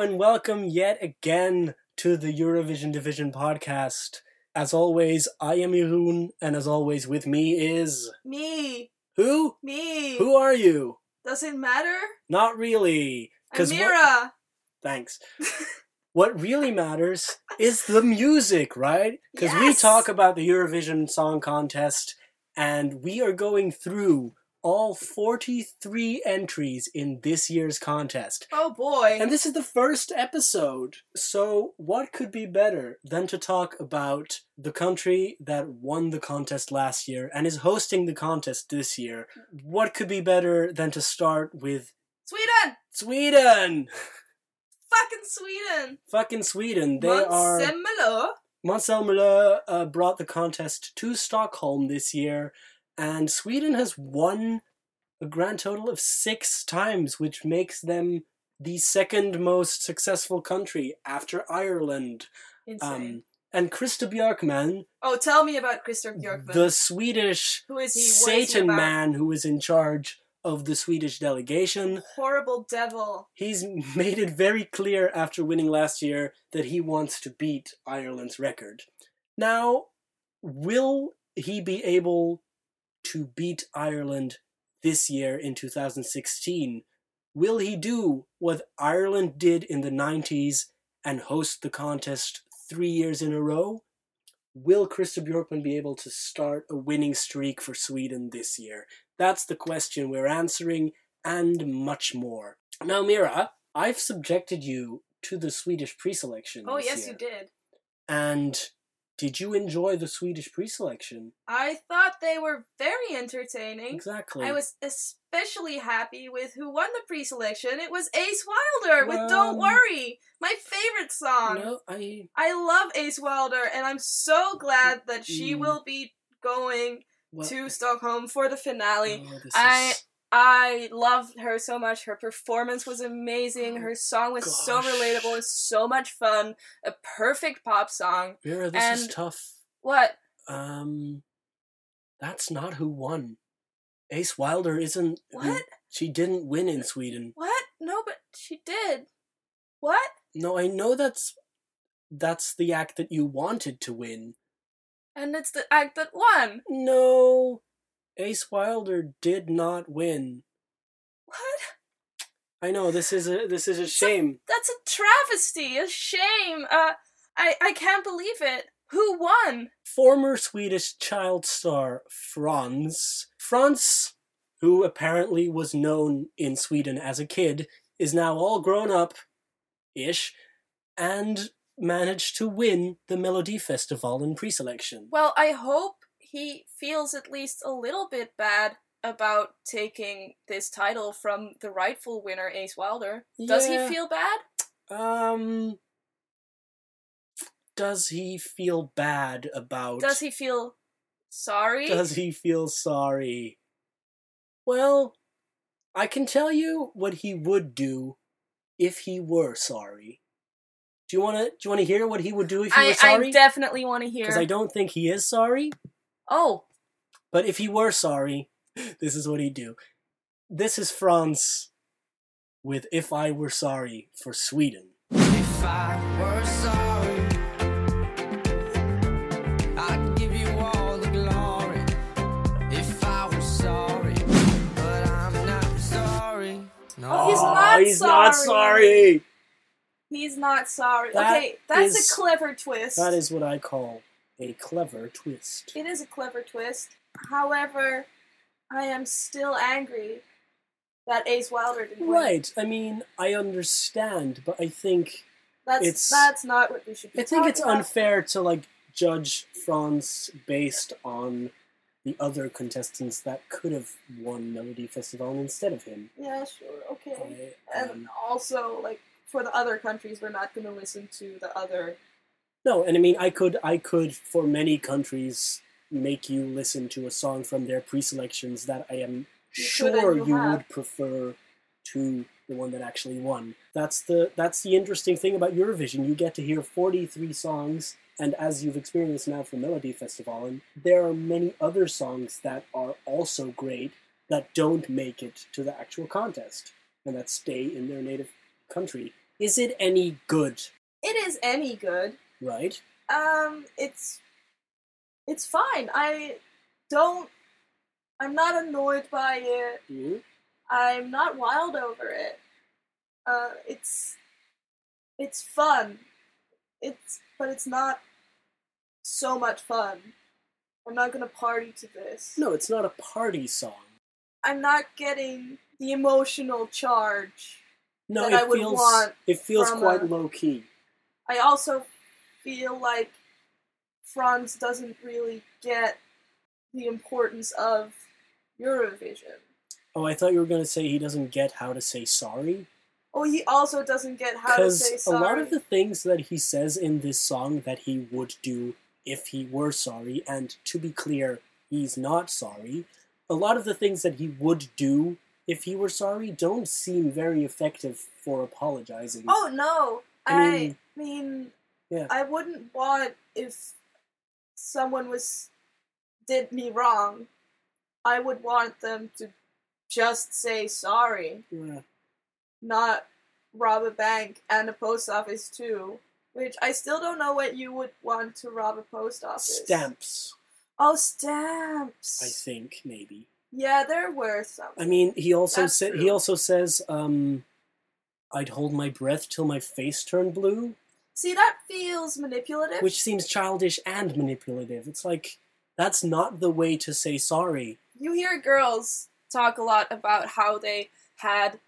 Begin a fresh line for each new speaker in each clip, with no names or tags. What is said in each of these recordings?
and welcome yet again to the Eurovision Division podcast. As always, I am Jeroen, and as always, with me is.
Me,
Who?
me.
Who are you?
Doesn't matter.
Not really. What,
Amira.
thanks. what really matters is the music, right? Because we
Yes!
talk about the Eurovision Song Contest, and we are going through all 43 entries in this year's contest.
Oh boy.
And this is the first episode. So, what could be better than to talk about the country that won the contest last year and is hosting the contest this year? What could be better than to start with
Sweden.
Sweden?
Fucking Sweden.
Fucking Sweden. They
Måns
are.
Zelmerlöw.
Måns uh, brought the contest to Stockholm this year, and Sweden has won a grand total of six times, which makes them the second most successful country after Ireland.
Insane.
Um, and Krista Björkman,
oh, tell me about Christopher Bjorkman.
the Swedish
Who is he? What is he
Satan
about?
man who is in charge of the Swedish delegation,
Horrible devil.
he's made it very clear after winning last year that he wants to beat Ireland's record. Now, will he be able to beat Ireland this year in 2016? Will he do what Ireland did in the 90s and host the contest three years in a row? Will Krista Bjorkman be able to start a winning streak for Sweden this year? That's the question we're answering, and much more. Now, Mira, I've subjected you to the Swedish pre-selection.
Oh,
this
yes,
year.
you did.
And did you enjoy the Swedish pre-selection?
I thought they were very entertaining.
Exactly.
I was especially happy with who won the pre-selection. It was Ace Wilder with "Don't
Well-
Worry," my favorite song.
No, I.
I love Ace Wilder, and I'm so glad that she
Mm.
will be going
Well,
to Stockholm for the finale.
oh, this
I-
is-
I loved her so much. Her performance was amazing. Her song was so
Oh Gosh.
relatable and so much fun. A perfect pop song.
Mira, this is
and-
tough.
What?
Um, that's not who won. Ace Wilder isn't. who-
What?
She didn't win in Sweden.
What? No, but she did. What?
No, I know that's that's the act that you wanted to win.
And it's the act that won.
No, Ace Wilder did not win.
What?
I know this is a this is a
So-
shame.
That's a travesty. A shame. Uh, I I can't believe it. Who won?
Former Swedish child star Franz Franz, who apparently was known in Sweden as a kid, is now all grown up, ish, and managed to win the Melody Festival in pre-selection.
Well, I hope he feels at least a little bit bad about taking this title from the rightful winner, Ace Wilder. Does he
Yeah.
feel bad?
Um, does he feel bad about?
Does he feel sorry?
Does he feel sorry? Well, I can tell you what he would do if he were sorry. Do you want to do you want to hear what he would do if he were
I, I
sorry?
definitely want to hear.
Cuz I don't think he is sorry,
oh,
but if he were sorry, this is what he'd do. This is Franz with If I Were Sorry for Sweden.
If I
Oh,
were sorry, I'd give you all the glory. If I were sorry, but I'm not sorry. No,
Oh, he's
Aw,
not
he's not
sorry.
sorry.
he's not sorry.
That
okay, that's
is-
a clever twist.
That is what I call a clever twist.
It is a clever twist. However, I am still angry that Ace Wilder didn't win.
Right. I mean, I understand, but I think
That's
It's-
that's not what we should be
I think it's
talking about.
unfair to like judge Franz based on the other contestants that could have won Melody Festival instead of him.
Yeah, sure, okay.
I,
And
um,
also, like for the other countries, we're not going to listen to the other.
no, and I mean, I could, I could, for many countries, make you listen to a song from their pre-selections that I am
You could and
sure
you
you would
have.
prefer to the one that actually won. That's the that's the interesting thing about Eurovision. You get to hear 43 songs, and as you've experienced now for Melody Festival, and there are many other songs that are also great that don't make it to the actual contest and that stay in their native country. Is it any good?
It is any good.
Right?
Um, it's it's fine. I don't. I'm not annoyed by it.
Hmm?
Mhm.
I'm not wild over it. Uh, it's it's fun. It's but it's not so much fun. I'm not gonna party to this.
No, it's not a party song.
I'm not getting the emotional charge.
No,
That
it
I would
feels
want
it feels
from
quite
a-
low key.
I also feel like Franz doesn't really get the importance of Eurovision.
Oh, I thought you were going to say he doesn't get how to say sorry.
Oh, he also doesn't get how to
Because
say
a
sorry.
lot of the things that he says in this song that he would do if he were sorry, and to be clear, he's not sorry, a lot of the things that he would do if he were sorry don't seem very effective for apologizing.
oh no,
I
I
mean-
mean,
Yeah.
I wouldn't want if someone was did me wrong. I would want them to just say sorry.
Yeah.
not rob a bank and a post office too. Which I still don't know what you would want to rob a post office.
Stamps,
Oh,
I
stamps.
think, maybe.
Yeah, they're worth something.
I mean, he also
That's
said he
true.
also says, um, "I'd hold my breath till my face turned blue,"
see, that feels manipulative.
which seems childish and manipulative. It's like that's not the way to say sorry.
you hear girls talk a lot about how they had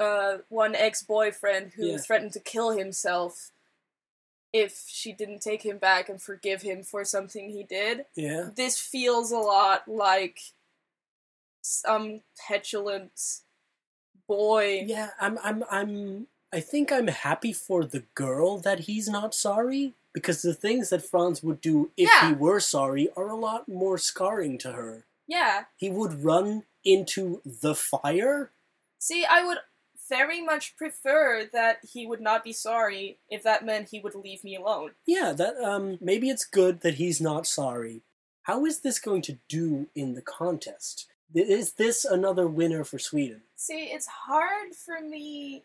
uh, one ex-boyfriend who
Yeah.
threatened to kill himself if she didn't take him back and forgive him for something he did.
Yeah,
this feels a lot like some petulant boy.
yeah. I'm, I'm, I'm. I think I'm happy for the girl that he's not sorry because the things that Franz would do if he
Yeah.
were sorry are a lot more scarring to her.
Yeah.
He would run into the fire.
See, I would very much prefer that he would not be sorry if that meant he would leave me alone.
Yeah, that um maybe it's good that he's not sorry. How is this going to do in the contest? Th- Is this another winner for Sweden?
See, it's hard for me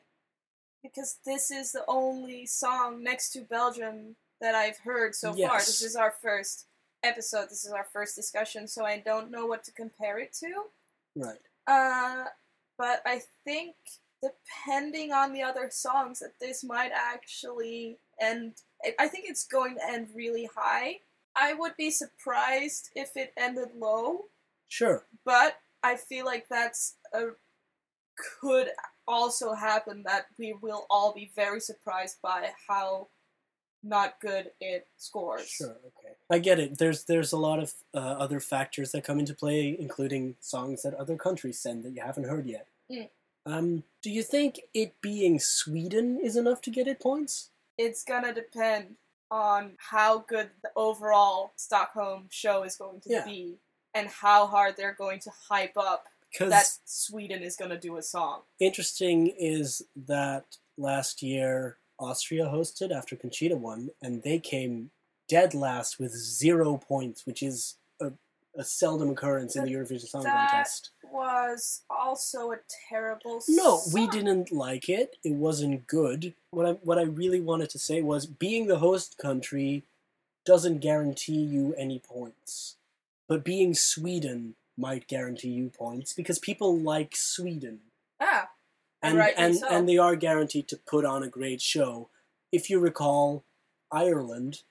because this is the only song next to Belgium that I've heard so far.
Yes.
This is our first episode, this is our first discussion, so I don't know what to compare it to.
Right.
Uh, but I think depending on the other songs, that this might actually end. I- I think it's going to end really high. I would be surprised if it ended low,
Sure.
but I feel like that's a could also happen that we will all be very surprised by how not good it scores.
Sure. Okay. I get it. There's there's a lot of uh, other factors that come into play, including songs that other countries send that you haven't heard yet.
Mm.
Um, do you think it being Sweden is enough to get it points?
It's gonna depend on how good the overall Stockholm show is going to
Yeah.
be and how hard they're going to hype up
Because
that Sweden is gonna do a song.
interesting is that last year Austria hosted after Conchita won, and they came dead last with zero points, which is a, a seldom occurrence in the Eurovision Song
That-
Contest.
Was also a terrible
No, we
song.
didn't like it. It wasn't good. What I what I really wanted to say was being the host country doesn't guarantee you any points. But being Sweden might guarantee you points because people like Sweden.
Ah,
and
Rightly
and,
so.
and they are guaranteed to put on a great show. If you recall, Ireland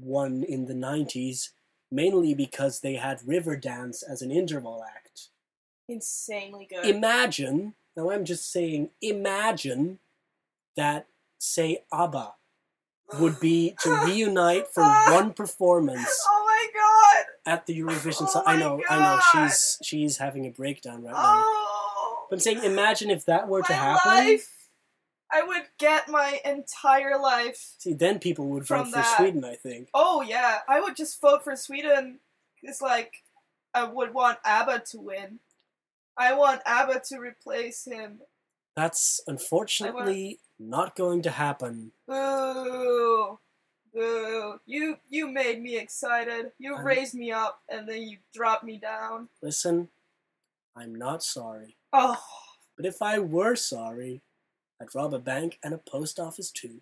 won in the '90s mainly because they had River Dance as an interval act.
insanely good.
Imagine now, I'm just saying, imagine that say ABBA would be to reunite for one performance
oh my god!
at the Eurovision.
Oh
so I
my
know, I know,
God.
she's she's having a breakdown right now.
Oh!
But I'm saying, imagine if that were to
my
happen.
life! I would get my entire life.
See, then people would vote
From
for
that-
Sweden, I think.
Oh yeah, I would just vote for Sweden. It's like I would want ABBA to win. I want ABBA to replace him.
That's unfortunately not going to happen.
Boo, boo! You you made me excited. You
I'm-
raised me up and then you dropped me down.
Listen, I'm not sorry.
Oh,
But if I were sorry, I'd rob a bank and a post office too.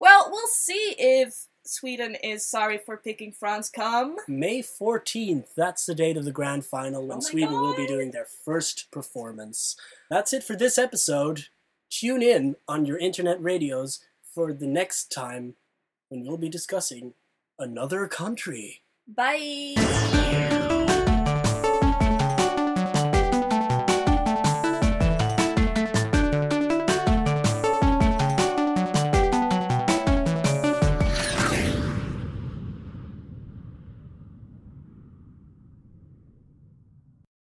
Well, we'll see if Sweden is sorry for picking France come.
May 14th, that's the date of the grand final when
Oh my
Sweden will be
God.
doing their first performance. That's it for this episode. Tune in on your internet radios for the next time when we'll be discussing another country.
Bye.